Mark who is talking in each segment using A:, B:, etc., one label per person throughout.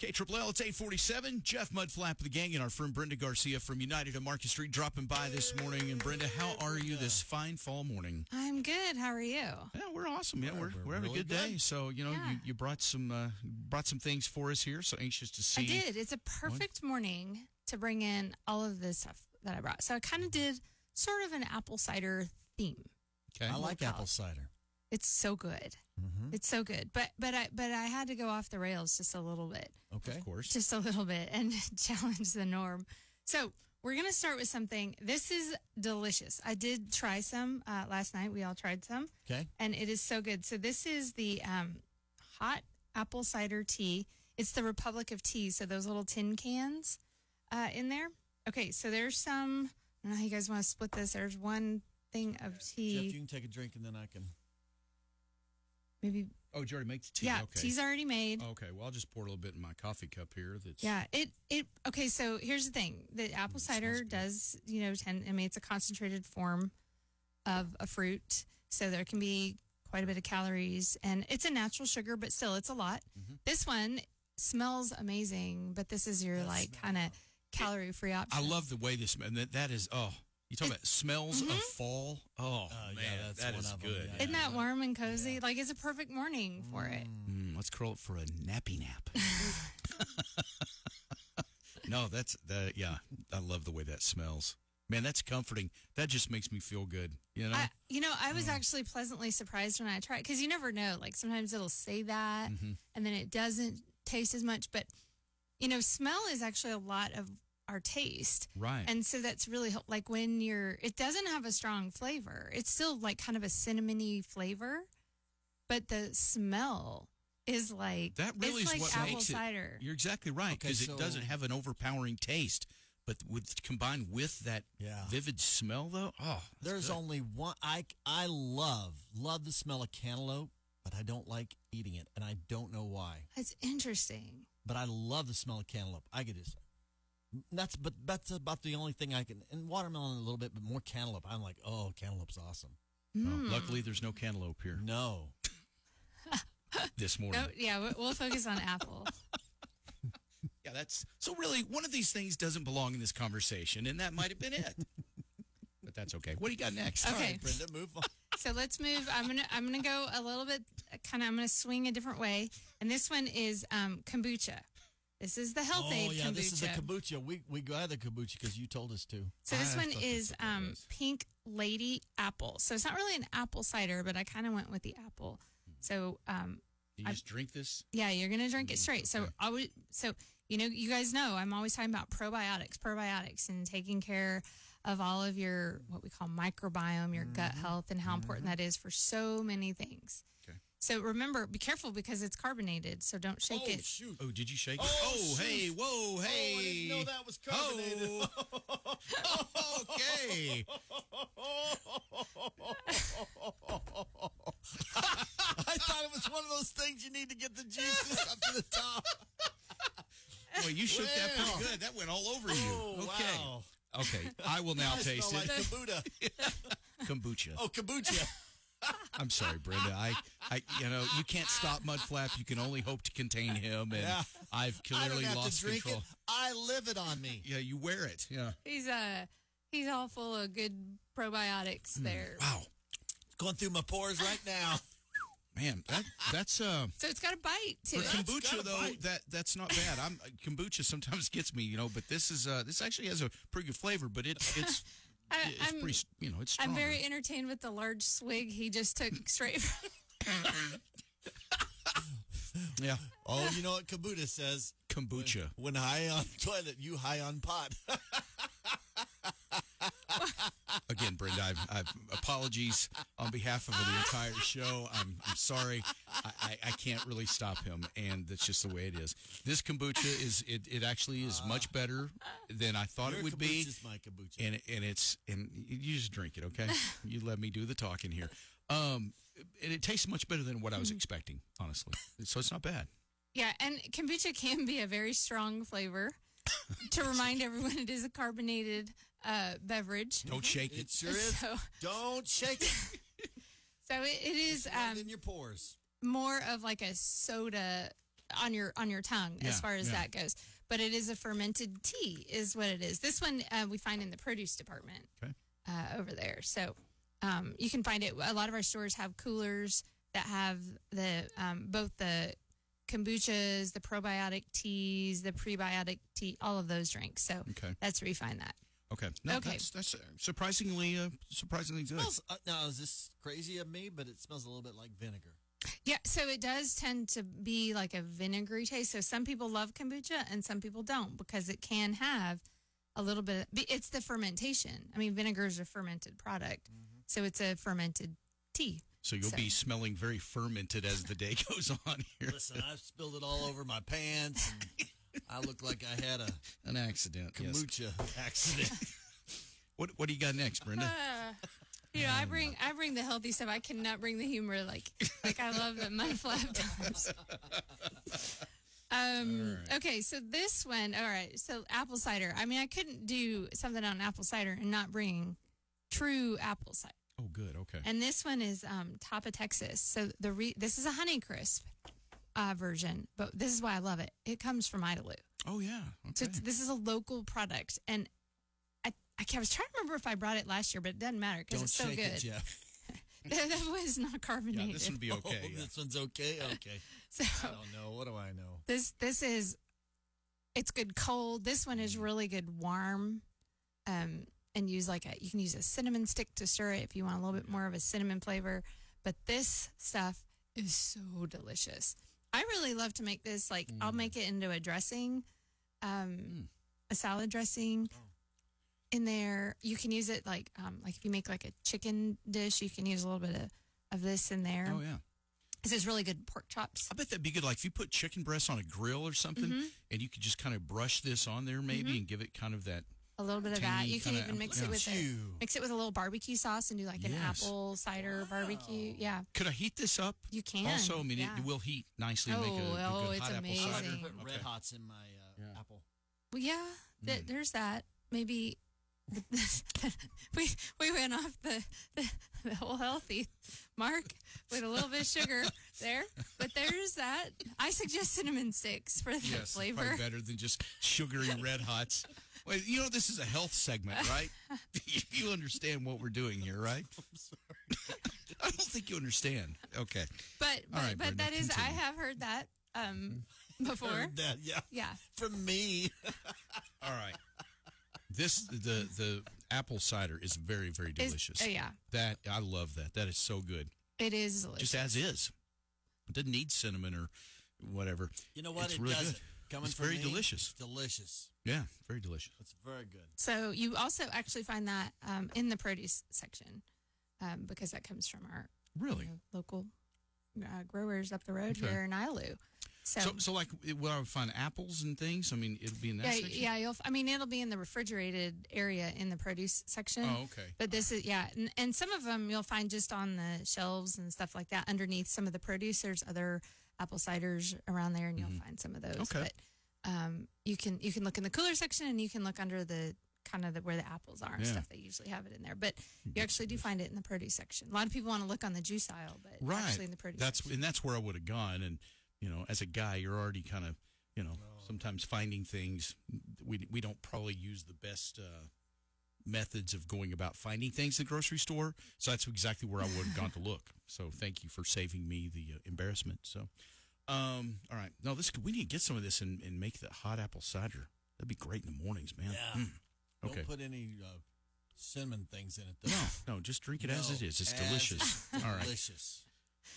A: K Triple L, it's 847. Jeff Mudflap of the gang and our friend Brenda Garcia from United on Market Street dropping by this morning. And Brenda, how are you this fine fall morning?
B: I'm good. How are you?
A: Yeah, we're awesome. Yeah, we're, we're, having a good, day. So, you know, you,
B: Yeah.
A: you brought some uh, brought some things for us here. So anxious to see.
B: I did. It's a perfect morning to bring in all of this stuff that I brought. So I kind of did sort of an apple cider theme.
A: Okay.
C: I like apple cider.
B: It's so good. It's so good. But but I but I had to go off the rails just a little bit.
C: Okay.
A: Of course.
B: Just a little bit and challenge the norm. So we're gonna start with something. This is delicious. I did try some uh, last night. We all tried some.
C: Okay.
B: and it is so good. So this is the um, hot apple cider tea. It's the Republic of Tea. So those little tin cans uh, in there. Okay, so there's some. I don't know how you guys want to split this. There's one thing of
C: Jeff, you
B: tea.
C: can take a drink and then I can.
B: Maybe
A: Oh, did you already make the tea?
B: yeah,
A: Okay.
B: tea's already made.
A: okay. Well, I'll just pour a little bit in my coffee cup here. That's
B: Yeah, it it okay. So here's the thing: the apple cider does you know tend. I mean, it's a concentrated form of a fruit, so there can be quite a bit of calories, and it's a natural sugar, but still, it's a lot.
A: Mm-hmm.
B: This one smells amazing, but this is your like kind of calorie free option.
A: I love the way this man that, that is oh you talking about smells of
B: Mm-hmm.
A: fall? Oh
C: Oh, yeah,
A: man,
C: that's
A: that
C: one
A: is
C: of 'em,
A: good.
C: yeah.
B: Isn't that warm and cozy? Like it's a perfect morning for it.
A: Mm, let's curl it for a nappy nap. no, that's that. Yeah, I love the way that smells. Man, that's comforting. That just makes me feel good. You know,
B: I, you know, I was actually pleasantly surprised when I tried because you never know. Like sometimes it'll say that,
A: Mm-hmm.
B: and then it doesn't taste as much. But you know, smell is actually a lot of our taste,
A: right?
B: and so that's really help. Like when you're, it doesn't have a strong flavor. It's still like kind of a cinnamony flavor, but the smell is like
A: that really
B: it's
A: is
B: like
A: what
B: apple
A: makes
B: cider.
A: it. You're exactly right
C: Okay,
A: because
C: so-
A: it doesn't have an overpowering taste, but with combined with that
C: Yeah.
A: vivid smell though. Oh, that's
C: There's
A: good.
C: only one. I I love love the smell of cantaloupe, but I don't like eating it, and I don't know why.
B: That's interesting.
C: But I love the smell of cantaloupe. I could just. That's but that's about the only thing I can. And watermelon a little bit, but more cantaloupe. I'm like, oh, cantaloupe's awesome.
B: Hmm.
A: Oh, luckily there's no cantaloupe here
C: No,
A: this morning.
B: No, Oh, yeah, we- we'll focus on apple.
A: Yeah, that's so really one of these things doesn't belong in this conversation, and that might have been it. but that's okay. What do you got next?
B: Okay.
C: All right, Brenda, move on.
B: So let's move. I'm gonna I'm gonna go a little bit kind of I'm gonna swing a different way. And this one is um, kombucha. This is the health
C: oh
B: aid
C: yeah,
B: kombucha.
C: this is a kombucha. We we got the kombucha because you told us to.
B: so this
A: I
B: one
A: thought
B: is
A: that's what that
B: um,
A: was.
B: pink lady apple. So it's not really an apple cider, but I kind of went with the apple. So um,
A: You
B: I-
A: just drink this.
B: yeah, you're gonna drink it
A: Mm-hmm.
B: straight. So I would so you know you guys know I'm always talking about probiotics, probiotics, and taking care of all of your what we call microbiome, your gut health, and how important that is for so many things.
A: Mm-hmm. Okay.
B: So remember, be careful because it's carbonated. So don't shake it.
C: shoot!
A: Oh, did you shake it?
C: Oh, shoot.
A: hey, whoa, hey.
C: Oh, I didn't know that was carbonated.
A: Oh, okay.
C: I thought it was one of those things you need to get the juices up to the top.
A: Well, you shook that
C: Well.
A: pretty good. That went all over you.
C: Oh,
A: okay.
C: wow.
A: Okay. I will now
C: I smell
A: taste it.
C: like kombucha.
A: Kombucha.
C: Oh, kombucha.
A: I'm sorry, Brenda. I, I, you know, you can't stop Mudflap. You can only hope to contain him, and
C: Yeah.
A: I've
C: I
A: clearly
C: don't have
A: lost
C: to drink
A: control.
C: it. I live it on me.
A: Yeah, you wear it. Yeah.
B: He's uh he's all full of good probiotics
A: Mm.
B: there.
A: Wow.
C: Going through my pores right now.
A: Man, that that's uh
B: So it's got a bite to
A: for
B: it.
A: kombucha
C: gotta
A: though
C: bite.
A: that that's not bad. I'm kombucha sometimes gets me, you know, but this is uh this actually has a pretty good flavor, but it it's
B: I,
A: it's
B: I'm
A: pretty s- you know it's
B: I'm
A: stronger.
B: very entertained with the large swig he just took straight. From.
A: yeah
C: Oh, you know what kombucha says?
A: kombucha.
C: When high on toilet, you high on pot.
A: Again, Brenda, I've, I've apologies on behalf of the entire show. I'm, I'm sorry. I, I, I can't really stop him, and that's just the way it is. This kombucha is it, it actually is much better than I thought
C: Your
A: it would be.
C: kombucha's my kombucha.
A: and and it's and you just drink it, okay? you let me do the talking here. Um, and it tastes much better than what I was expecting, honestly. So it's not bad.
B: Yeah, and kombucha can be a very strong flavor. to remind everyone, it is a carbonated uh, beverage.
A: Don't shake
C: it
A: it.
C: sure is.
B: So,
C: Don't shake it.
B: so it, it is
C: Land
B: um,
C: in your pores.
B: more of like a soda on your on your tongue
A: Yeah,
B: as far as
A: yeah.
B: that goes. But it is a fermented tea, is what it is. This one uh, we find in the produce department
A: Okay.
B: uh, over there. So um, you can find it. A lot of our stores have coolers that have the um, both the kombuchas, the probiotic teas, the prebiotic tea, all of those drinks. So
A: Okay.
B: that's where you find that.
A: Okay. No,
B: Okay.
A: that's that's surprisingly uh, surprisingly good.
C: Smells, uh, now, is this crazy of me? But it smells a little bit like vinegar.
B: Yeah, so it does tend to be like a vinegary taste. So some people love kombucha and some people don't because it can have a little bit. Of, it's the fermentation. I mean, vinegar is a fermented product, so it's a fermented tea.
A: So you'll
B: So-
A: be smelling very fermented as the day goes on here.
C: Listen, I've spilled it all over my pants. And I look like I had a
A: An accident. Yes.
C: kombucha accident.
A: What what do you got next,
B: Uh,
A: Brenda?
B: you know, I bring I bring the healthy stuff. I cannot bring the humor. Like like I love the mud flap times. Um, Okay, so this one, all right. So apple cider. I mean, I couldn't do something on apple cider and not bring true apple cider.
A: Oh, good. Okay.
B: And this one is um, top of Texas. So the re- this is a honey crisp uh, version, but this is why I love it. It comes from Idaloo.
A: Oh yeah.
B: So
A: Okay.
B: it's, this is a local product, and I, I can't- I was trying to remember if I brought it last year, but it doesn't matter because
C: Don't
B: it's so
C: shake it,
B: good.
C: Jeff.
B: that, that was not
A: yeah,
B: carbonated.
A: this would be okay.
C: Oh,
A: yeah.
C: This one's okay. Okay.
B: so
C: I don't know. What do I know?
B: this this is it's good cold. This one is really good warm. Um, and use like a you can use a cinnamon stick to stir it if you want a little bit more of a cinnamon flavor. But this stuff is so delicious. I really love to make this. Like I'll make
A: Mm.
B: it into a dressing, um, a salad dressing.
A: Oh.
B: In there, you can use it like um, like if you make like a chicken dish, you can use a little bit of, of this in there.
A: Oh yeah.
B: This is really good pork chops.
A: I bet that'd be good. Like if you put chicken breasts on a grill or something,
B: Mm-hmm.
A: and you could just kind of brush this on there, maybe, and give it kind of that.
B: A little bit of that.
A: tangy
B: You can
A: kinda
B: even mix
A: apple-
B: it with a,
C: Chew.
B: mix it with a little barbecue sauce and do like an
A: Yes.
B: apple cider barbecue. Yeah,
A: Could I heat this up?
B: you can.
A: also, I mean,
B: yeah.
A: it will heat nicely. and
B: Oh,
A: make a, a
B: oh,
A: good
B: it's
A: hot apple cider.
C: I
B: amazing.
C: put
A: Okay.
C: red hots in my uh,
A: Yeah.
C: apple.
B: Well, yeah,
A: Mm.
B: th- there's that. Maybe we we went off the, the the whole healthy mark with a little bit of sugar there, but there's that. I suggest cinnamon sticks for the
A: Yes, it's
B: flavor.
A: probably better than just sugary red hots. Well, you know, this is a health segment, right? you understand what we're doing here, right? I don't think you understand. Okay.
B: But but,
A: right,
B: but
A: Brenda,
B: that is I
A: continue. Mm-hmm.
B: have heard that um before.
C: Heard that, yeah.
B: Yeah.
C: From me.
A: All right. This the the apple cider is very very
B: Is-
A: delicious.
B: oh, yeah.
A: That I love that. That is so good.
B: It is delicious.
A: Just as is. It doesn't need cinnamon or whatever.
C: You know what?
A: It's
C: it
A: really
C: doesn't.
A: good.
C: Coming
A: It's
C: from
A: very
C: me,
A: delicious.
C: it's delicious.
A: Yeah, very delicious.
C: It's very good.
B: So you also actually find that um, in the produce section um, because that comes from our
A: Really.
B: you know, local uh, growers up the road
A: Okay.
B: here in Ilu. So,
A: So, so like, will I would find apples and things? I mean, it'll be in that
B: yeah,
A: section.
B: yeah, you'll. f- I mean, it'll be in the refrigerated area in the produce section.
A: Oh, okay.
B: But this is yeah, and, and some of them you'll find just on the shelves and stuff like that underneath some of the produce. There's other apple ciders around there, and you'll find some of those.
A: Mm-hmm. Okay.
B: But um, you can you can look in the cooler section, and you can look under the kind of the, where the apples are and
A: Yeah.
B: stuff. They usually have it in there, but you actually do find it in the produce section. A lot of people want to look on the juice aisle, but it's
A: right.
B: actually in the produce.
A: That's
B: section.
A: and that's where I would have gone. And you know, as a guy, you're already kind of you know sometimes finding things we we don't probably use the best. Uh, methods of going about finding things in the grocery store so that's exactly where i would have gone to look so thank you for saving me the uh, embarrassment so um all right no this we need to get some of this and, and make the hot apple cider that'd be great in the mornings man
C: Yeah.
A: Mm. okay
C: Don't put any uh, cinnamon things in it, though.
A: no no just drink it as it
C: No,
A: is it's
C: as
A: delicious all right
C: Delicious.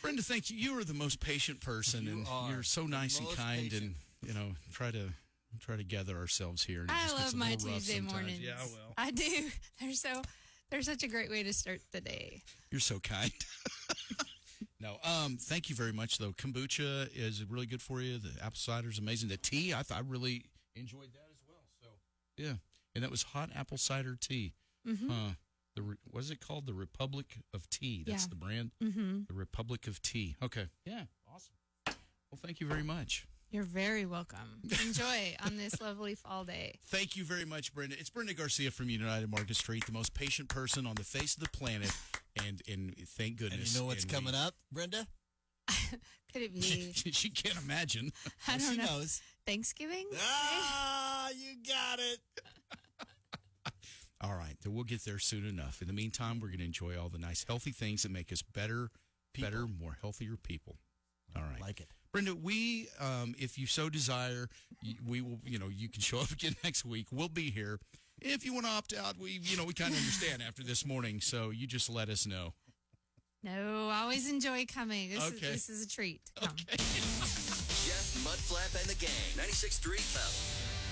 A: Brenda, thank you. You are the most patient person,
C: You
A: and
C: are
A: you're so
C: the
A: nice and
C: most
A: kind,
C: patient.
A: and you know, try to We'll try to gather ourselves here. and it
B: I
A: just gets
B: love
A: a
B: my
A: little rough
B: Tuesday
A: sometimes.
B: mornings.
A: Yeah, well,
B: I do. They're so they're such a great way to start the day.
A: you're so kind. no, um, thank you very much though. Kombucha is really good for you. The apple cider is amazing. The tea, I, th- I really enjoyed that as well. So yeah, and that was hot apple cider tea.
B: Mm-hmm.
A: Huh. The re- was it called the Republic of Tea? That's
B: Yeah.
A: the brand.
B: Mm-hmm.
A: The Republic of Tea. Okay. Yeah. Awesome. Well, thank you very much.
B: You're very welcome. Enjoy on this lovely fall day.
A: Thank you very much, Brenda. It's Brenda Garcia from United Market Street, the most patient person on the face of the planet, and and thank
C: And
A: goodness.
C: you know what's
A: and
C: coming up, Brenda?
B: Could it
A: we-
B: be?
A: she can't imagine.
B: I
C: Well,
B: don't
C: Oh, she
B: know.
C: knows.
B: Thanksgiving?
C: Ah, you got it.
A: All right, then we'll get there soon enough. In the meantime, we're going to enjoy all the nice, healthy things that make us better, better, more healthier people. All right.
C: Like it.
A: Brenda, we, um, if you so desire, y- we will. You know, you can show up again next week. We'll be here. If you want to opt out, we, you know, we kind of understand after this morning. So you just let us know.
B: No, I always enjoy coming. This,
A: Okay.
B: is, this is a treat. Come.
D: Jeff, Mudflap, and the gang. 96.3 Fel.